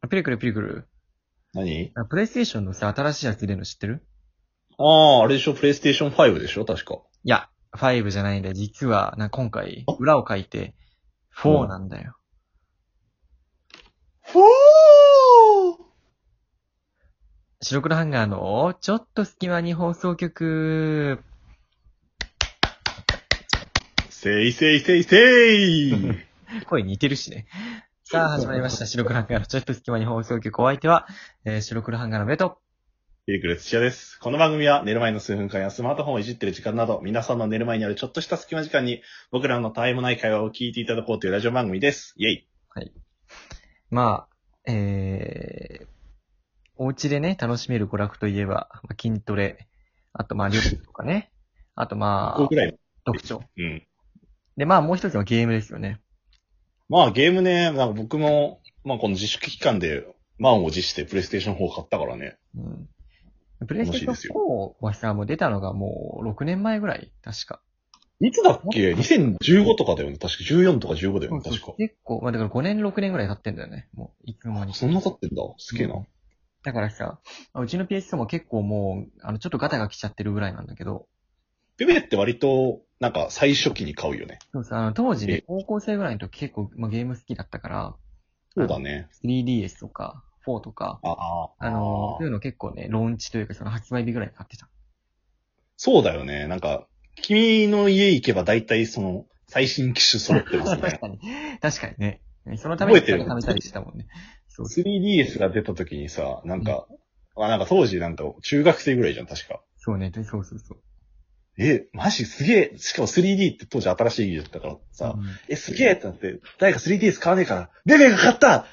あピリクルピリクル。何あプレイステーションのさ、新しいやつ出るの知ってるああ、あれでしょ、プレイステーション5でしょ、確か。いや、5じゃないんだよ。実は、な、今回、裏を書いて、4なんだよ。フォー白黒ハンガーの、ちょっと隙間に放送局。せいせいせいせ い声似てるしね。さあ、始まりました。白黒ハンガーのちょっと隙間に放送局。お相手は、えー白黒ハンガーのベト。ピリクル土屋です。この番組は寝る前の数分間やスマートフォンをいじってる時間など、皆さんの寝る前にあるちょっとした隙間時間に、僕らのたわいもない会話を聞いていただこうというラジオ番組です。イェイ。まあ、えー、お家でね、楽しめる娯楽といえば、まあ筋トレ、あとまあ、旅行とかね。あとまこうあぐ、らい。特徴。うん。で、まあ、もう一つはゲームですよね。まあゲームね、なんか僕も、まあこの自粛期間で満を持してプレイステーション4買ったからね。うん。プレイステー楽しいでシすョン4はさ、もう出たのがもう6年前ぐらい、確か。いつだっけ ?2015 とかだよね。確か14とか15だよそね。う確そうか。結構、まあだから5年、6年ぐらい経ってんだよね。もう、いつの間にかそんな経ってんだ。すげえな。うんだからさ、あうちの PS も結構もう、あの、ちょっとガタが来ちゃってるぐらいなんだけど、ペペって割と、なんか最初期に買うよね。そうそう、あの、当時ねえ、高校生ぐらいの時結構、まあ、ゲーム好きだったから、そうだね。 3DS とか、4とか、ああ。あの、そういうの結構ね、ローンチというか、その発売日ぐらいに買ってた。そうだよね。なんか、君の家行けば大体その、最新機種揃ってます確 ね。かに。確かにね。そのために覚えてる食べたりしてたもんね。そう 3DS が出た時にさ、なんか、あなんか当時なんか中学生ぐらいじゃん、確か。そうね、でそうそうそう。え、マジすげえ。しかも 3D って当時新しい技術だからさ、うんえ、すげえってなって、誰か 3DS 買わねえから、ベベが買った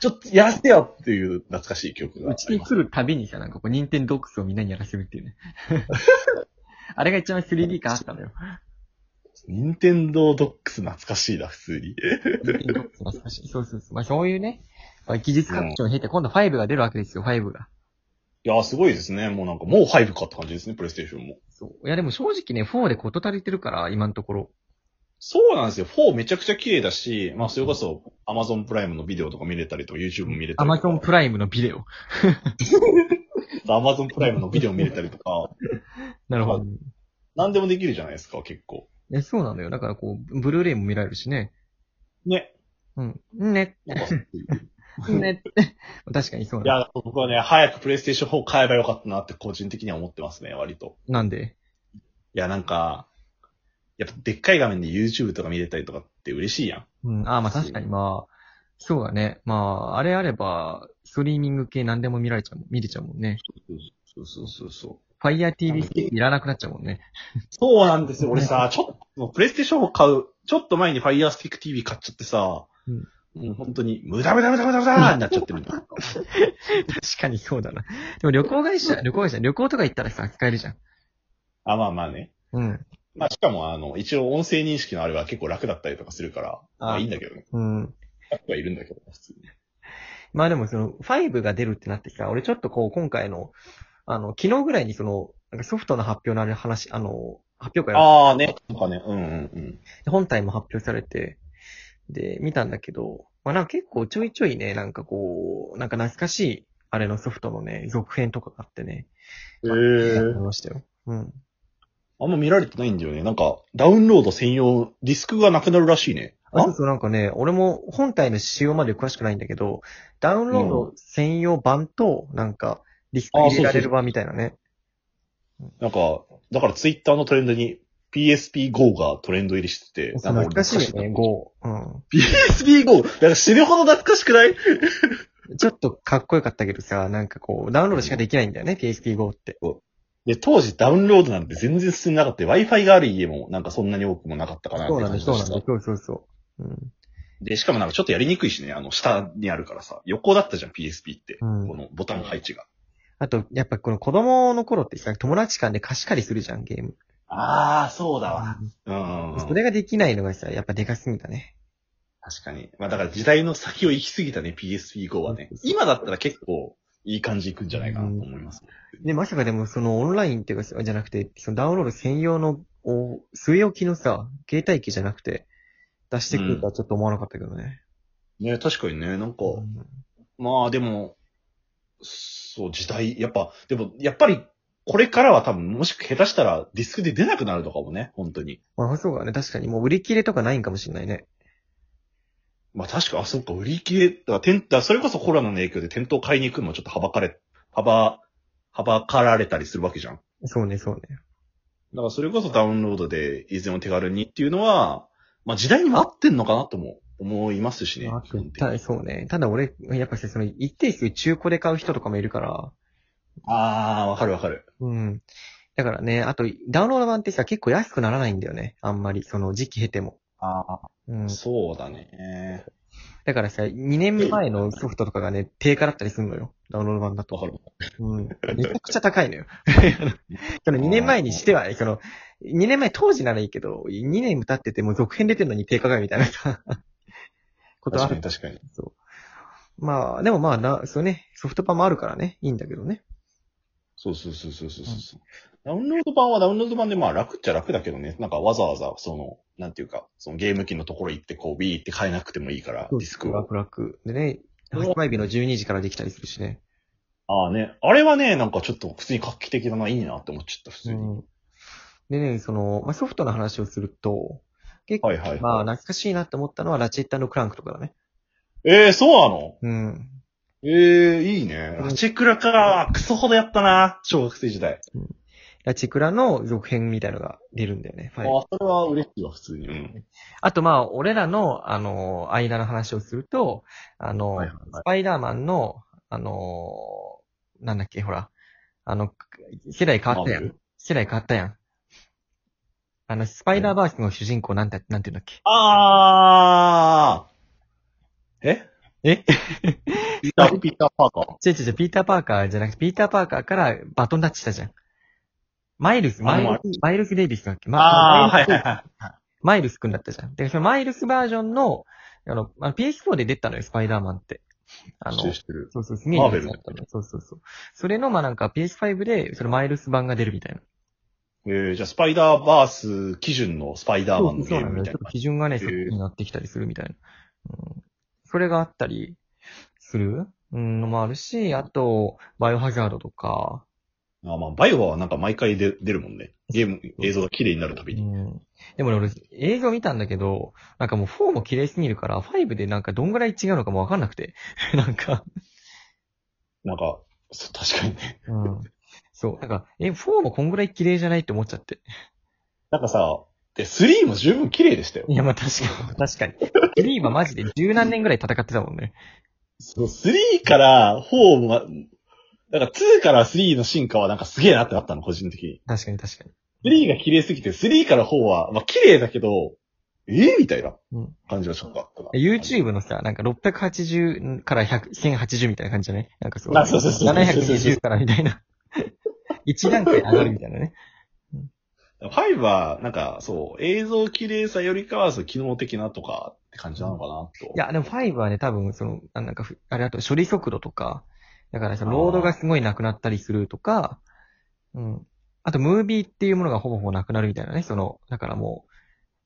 ちょっとやらせてよっていう懐かしい曲があうちにります。来るたびにさ、なんかこう、任天堂 X をみんなにやらせるって いうね。あれが一番 3D 感あったのよ。任天堂ドックス懐かしいな、普通に。任天堂 X 懐かしいそうそうそう。まあそういうね、まあ、技術拡張を経て、今度5が出るわけですよ、5が。いやー、すごいですね。もうなんか、もう5かって感じですね、プレイステーションも。そう。いやでも正直ね、4でこと足りてるから、今のところ。そうなんですよ。4めちゃくちゃ綺麗だし、まあ、それこそ、Amazon プライムのビデオとか見れたりとか、YouTube も見れたりとか。 Amazon プライムのビデオ。ライム ?Amazon プライムのビデオ見れたりとか、なるほど。何でもできるじゃないですか、結構。えそうなのよ。だからこう、ブルーレイも見られるしね。ね。うん。ね。なんかい ね。確かにそうなのや、僕はね、早くプレイステーション4買えばよかったなって、個人的には思ってますね、割と。なんで。いや、なんか、やっぱ、でっかい画面で YouTube とか見れたりとかって嬉しいやん。うん。ああ、まあ確かにまあ、そうだね。まあ、あれあれば、ストリーミング系何でも見られちゃうもん、見れちゃうもんね。そうそうそうそう。 Fire TV スティックいらなくなっちゃうもんね。 そうなんですよ。俺さ、 ちょっと、プレイステーションを買う、ちょっと前に Fire Stick TV 買っちゃってさ、うんもう本当に、無駄無駄無駄無駄無駄になっちゃってるんだよ。確かにそうだな。でも旅行会社、旅行会社、旅行とか行ったらさ、使えるじゃん。あ、まあまあね。うん。まあしかも、あの、一応音声認識のあれは結構楽だったりとかするから、まああいいんだけどね。うん。楽はいるんだけどね、普通に。まあでもその、5が出るってなってさ、俺ちょっとこう、今回の、あの、昨日ぐらいにその、なんかソフトの発表のある話、あの、発表会ああね、なんかね、うんうんうん。本体も発表されて、で、見たんだけど、まあなんか結構ちょいちょいね、なんかこう、なんか懐かしい、あれのソフトのね、続編とかがあってね、ええ見ましたよ。うん。あんま見られてないんだよね。なんか、ダウンロード専用ディスクがなくなるらしいね。あ、そうあそう、なんかね、俺も本体の仕様まで詳しくないんだけど、ダウンロード専用版と、なんか、ディスク入れられる版みたいなね。なんか、だからツイッターのトレンドに PSP GO がトレンド入りしてて、なん懐俺かしいよね、5。う PSP GO! なんか死ぬほど懐かしくないん。ちょっとかっこよかったけどさ、なんかこう、ダウンロードしかできないんだよね、PSP5 って。で、当時ダウンロードなんて全然進んでなかったよ。Wi-Fi がある家もなんかそんなに多くもなかったかなってそうなんだ、感じそうでなんしだた。、そうそうそう。うん。で、しかもなんかちょっとやりにくいしね、あの、下にあるからさ、横だったじゃん、PSP って。うんこのボタン配置が。あと、やっぱこの子供の頃ってさ、友達間で貸し借りするじゃん、ゲーム。ああ、そうだわ。うんうんうん。それができないのがさ、やっぱでかすぎたね。確かに。まあだから時代の先を行き過ぎたね、PSP GO はね。今だったら結構いい感じいくんじゃないかなと思います。で、まさかでもそのオンラインっていうか、じゃなくて、そのダウンロード専用の、お据え置きのさ、携帯機じゃなくて、出してくるとはちょっと思わなかったけどね。ね、確かにね、なんか、うんまあでも、そう、時代、やっぱ、でも、やっぱり、これからは多分、もし下手したらディスクで出なくなるとかもね、本当に。まあ、そうだね。確かに。もう売り切れとかないんかもしれないね。まあ確か、あ、そっか、売り切れ、だから店だからそれこそコロナの影響で店頭買いに行くのもちょっとはばかれ、はば、はばかられたりするわけじゃん。そうね、そうね。だからそれこそダウンロードで以前も手軽にっていうのは、まあ時代にも合ってんのかなとも思いますしね。まあ基本的たにそうね。ただ俺、やっぱその、一定数中古で買う人とかもいるから、あー、わかるわかる。うん。だからね、あと、ダウンロード版ってさ、結構安くならないんだよね。あんまり、その時期経ても。あうんー、。そうだね。だからさ、2年前のソフトとかがね、低価だったりするのよ。ダウンロード版だと。わかる。うん。めちゃくちゃ高い のよ。その2年前にしては、その、2年前当時ならいいけど、2年も経っててもう続編出てるのに低価がみたいなさ、 ことあ確かにる。確かに。そう。まあ、でもまあな、そうね、ソフト版もあるからね、いいんだけどね。そうそうそうそうそうそう、ダウンロード版はダウンロード版でまあ楽っちゃ楽だけどね。なんかわざわざ、その、なんていうか、そのゲーム機のところ行ってこうビーって変えなくてもいいから、ディスクを。楽楽でね、発売日の12時からできたりするしね。ああね。あれはね、なんかちょっと普通に画期的だな、いいなって思っちゃった、普通に。うん。でね、その、まあ、ソフトの話をすると、結構、はいはいはいまあ、懐かしいなって思ったのは、ラチェッタのクランクとかだね。ええー、そうなのうん。ええいいね。ラチェクラか。クソほどやったな。小学生時代。ラチェクラの続編みたいのが出るんだよね。ファイブああ、それは嬉しいわ、普通に。うん。あと、まあ、俺らの、あの、間の話をすると、あの、はいはいはいスパイダーマンの、あの、なんだっけ、ほら、あの、世代変わったやマーベん。世代変わったやん。あの、スパイダーバースの主人公なんだ、なんていうんだっけ。ああええ ピーター、ピーターパーカー。違う違う違う、ピーター・パーカーじゃなくて、ピーター・パーカーからバトンタッチしたじゃん。マイルス、マイルあス、マイルス・デイビスだっけ、まああ、マはイいルスはいはい。マイルスくんだったじゃん。で、そのマイルスバージョンの、あの、あの PS4 で出たのよ、スパイダーマンって。あの、知ってる知ってる。そうそう、すげえマーベル人気だったのそうそうそう。それの、まあ、なんか PS5 で、そのマイルス版が出るみたいな。えー、じゃあ、スパイダーバース基準のスパイダーマンのゲそうーなムんみだたよ。ちょいっなと。基準がね、へそーっちになってきたりするみたいな。うん、それがあったりするうん、のもあるし、あと、バイオハザードとか、あまあ、バイオはなんか毎回で出るもんね。ゲーム、映像が綺麗になるたびうに。ん。でもね、俺、映像見たんだけど、なんかもう4も綺麗すぎるから、5でなんかどんぐらい違うのかもわかんなくて。 なんか、なんか、そう確かにね。 うん。そう。なんか、え、4もこんぐらい綺麗じゃないって思っちゃって。なんかさ、で、3も十分綺麗でしたよ。いや、まあ確かに、確かに。3はマジで十何年ぐらい戦ってたもんね。そう、3から4は、だから2から3の進化はなんかすげえなってなったの、個人的に。確かに確かに。 3が綺麗すぎて、3から4は、まあ綺麗だけど、えー、みたいなうん感じがちょっとあったな。 YouTube のさ、なんか680から100 1080みたいな感じじゃないなんかそう。あそうそうそう720からみたいな。1段階上がるみたいなね。 5は、なんか、そう、映像綺麗さよりかは、そう、機能的なとかって感じなのかな、と。いや、でも5はね、多分、その、あなんかふ、あれ、あと処理速度とか、だからさ、あーロードがすごいなくなったりするとか、うん。あと、ムービーっていうものがほぼほぼなくなるみたいなね、その、だからもう、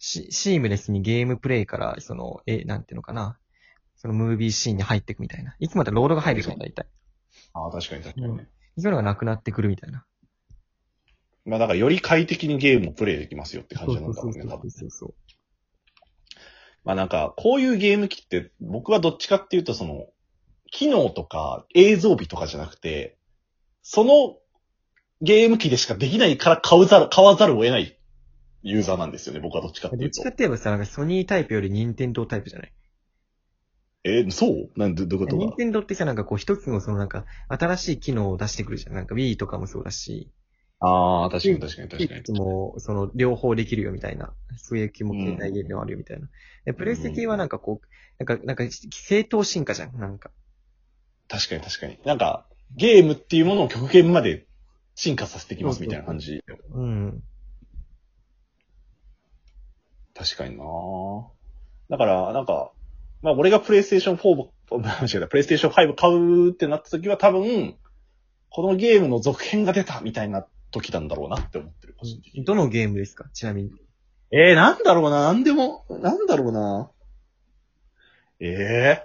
シシームレスにゲームプレイから、その、え、なんていうのかな、そのムービーシーンに入っていくみたいな。いつもだったらロードが入るじゃん、大体。ああ、確かに確かにね。そういうのがなくなってくるみたいな。まあ、だから、より快適にゲームをプレイできますよって感そうじそなんうだそろううね、多分。そうそう。まあ、なんか、こういうゲーム機って、僕はどっちかっていうと、その、機能とか映像美とかじゃなくて、そのゲーム機でしかできないから買うざる、買わざるを得ないユーザーなんですよね、僕はどっちかってどいっうとちか。って言えばさ、なんかソニータイプよりニンテンドータイプじゃないえーそうなんで、どどういうことニがンテンドってさ、なんかこう一つのそのなんか、新しい機能を出してくるじゃん。なんか Wii とかもそうだし、ああ、確かに確かに確かに。 Switch もその両方できるよみたいな、そういう気も携帯ゲームもあるよみたいな。でプレステ系はなんかこう、なんか、なんか正当進化じゃん。なんか。確かに確かに。なんか、ゲームっていうものを極限まで進化させてきますみたいな感じ。うん。確かになだから、なんか、まあ俺がプレイステーション4も、間 違えた、プレイステーション5買うってなった時は多分、このゲームの続編が出たみたいな時なんだろうなって思ってる。個人的にどのゲームですかちなみに。えー、なんだろうななんでも、なんだろうなええ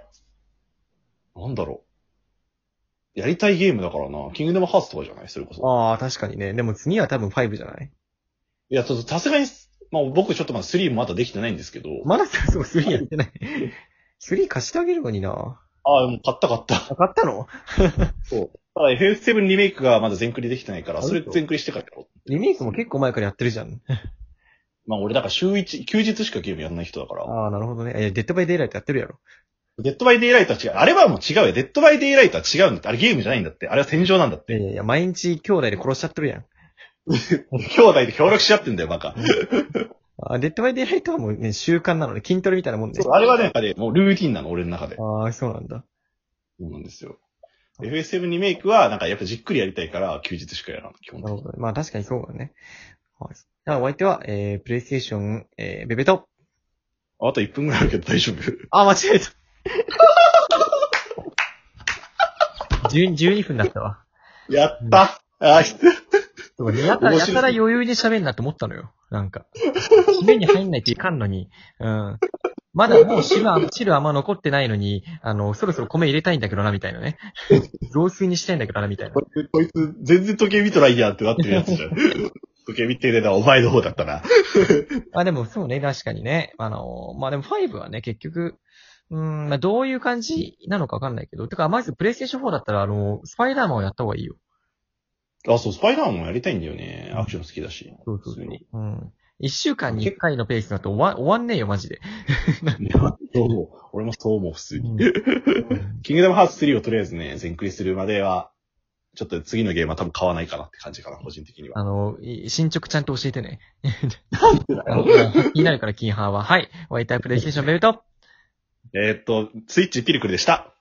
ー、なんだろう。やりたいゲームだからな、キングダムハーツとかじゃないそれこそ。ああ、確かにね。でも次は多分5じゃないいや、ちょっとさすがに、まあ僕ちょっとまだ3もまだできてないんですけど、まだそう、3やってない。3貸してあげるのにな。ああ、もう買った買った。あ、買ったのそう。ただ FF7 リメイクがまだ全クリできてないから、それ全クリしてからやろう。リメイクも結構前からやってるじゃん。まあ俺だから週1、休日しかゲームやんない人だから。ああ、なるほどね。いや、デッドバイデイライトやってるやろ。デッドバイデイライトは違う。あれはもう違うよ。デッドバイデイライトは違うんだって。あれゲームじゃないんだって。あれは戦場なんだっいて。やいやいや、毎日兄弟で殺しちゃってるやん。兄弟で協力し合ってんだよ、バカ。あーデッドバイデイライトはもうね、習慣なのね。筋トレみたいなもんねそう。あれはね、あれ、もうルーティンなの、俺の中で。ああ、そうなんだ。そうなんですよ。FS7 リメイクは、なんかやっぱじっくりやりたいから、休日しかやらない、基本なる的に。ほど。まあ確かにそうだね。はい。じゃあお相手は、えー、プレイステーション、えー、ベベと。あと1分ぐらいあるけど大丈夫。あ、間違え た。12, 12分だったわ。やった、あー、そうやた面白いやたら余裕で喋んなと思ったのよ。なんか。締めに入んないといかんのに。うん。まだもう汁あ汁あんま残ってないのに、あの、そろそろ米入れたいんだけどな、みたいな ね。雑炊にしたいんだけどな、みたいなこ。いつ、こいつ、全然時計見とないやんってなってるや つじゃん。時計見てねえな、お前の方だったな。まあでもそうね、確かにね。あの、まあでも5はね、結局、うーん、まあどういう感じなのかわかんないけど。てか、まずプレイステーション4だったら、あの、スパイダーマンをやった方がいいよ。あ、そう、スパイダーマンもやりたいんだよね。アクション好きだし。そうそうそう普通に。うん。一週間に一回のペースだと終わ終わんねえよ、マジで。いやそう思う。俺もそう思う、普通に。 うんキングダムハーツ3をとりあえずね、全クリするまでは、ちょっと次のゲームは多分買わないかなって感じかな、個人的には。あの、い進捗ちゃんと教えてね。あの 気になるから、キンハーは。はい。お相手はプレイステーションベルト。えーっと、スイッチピルクルでした。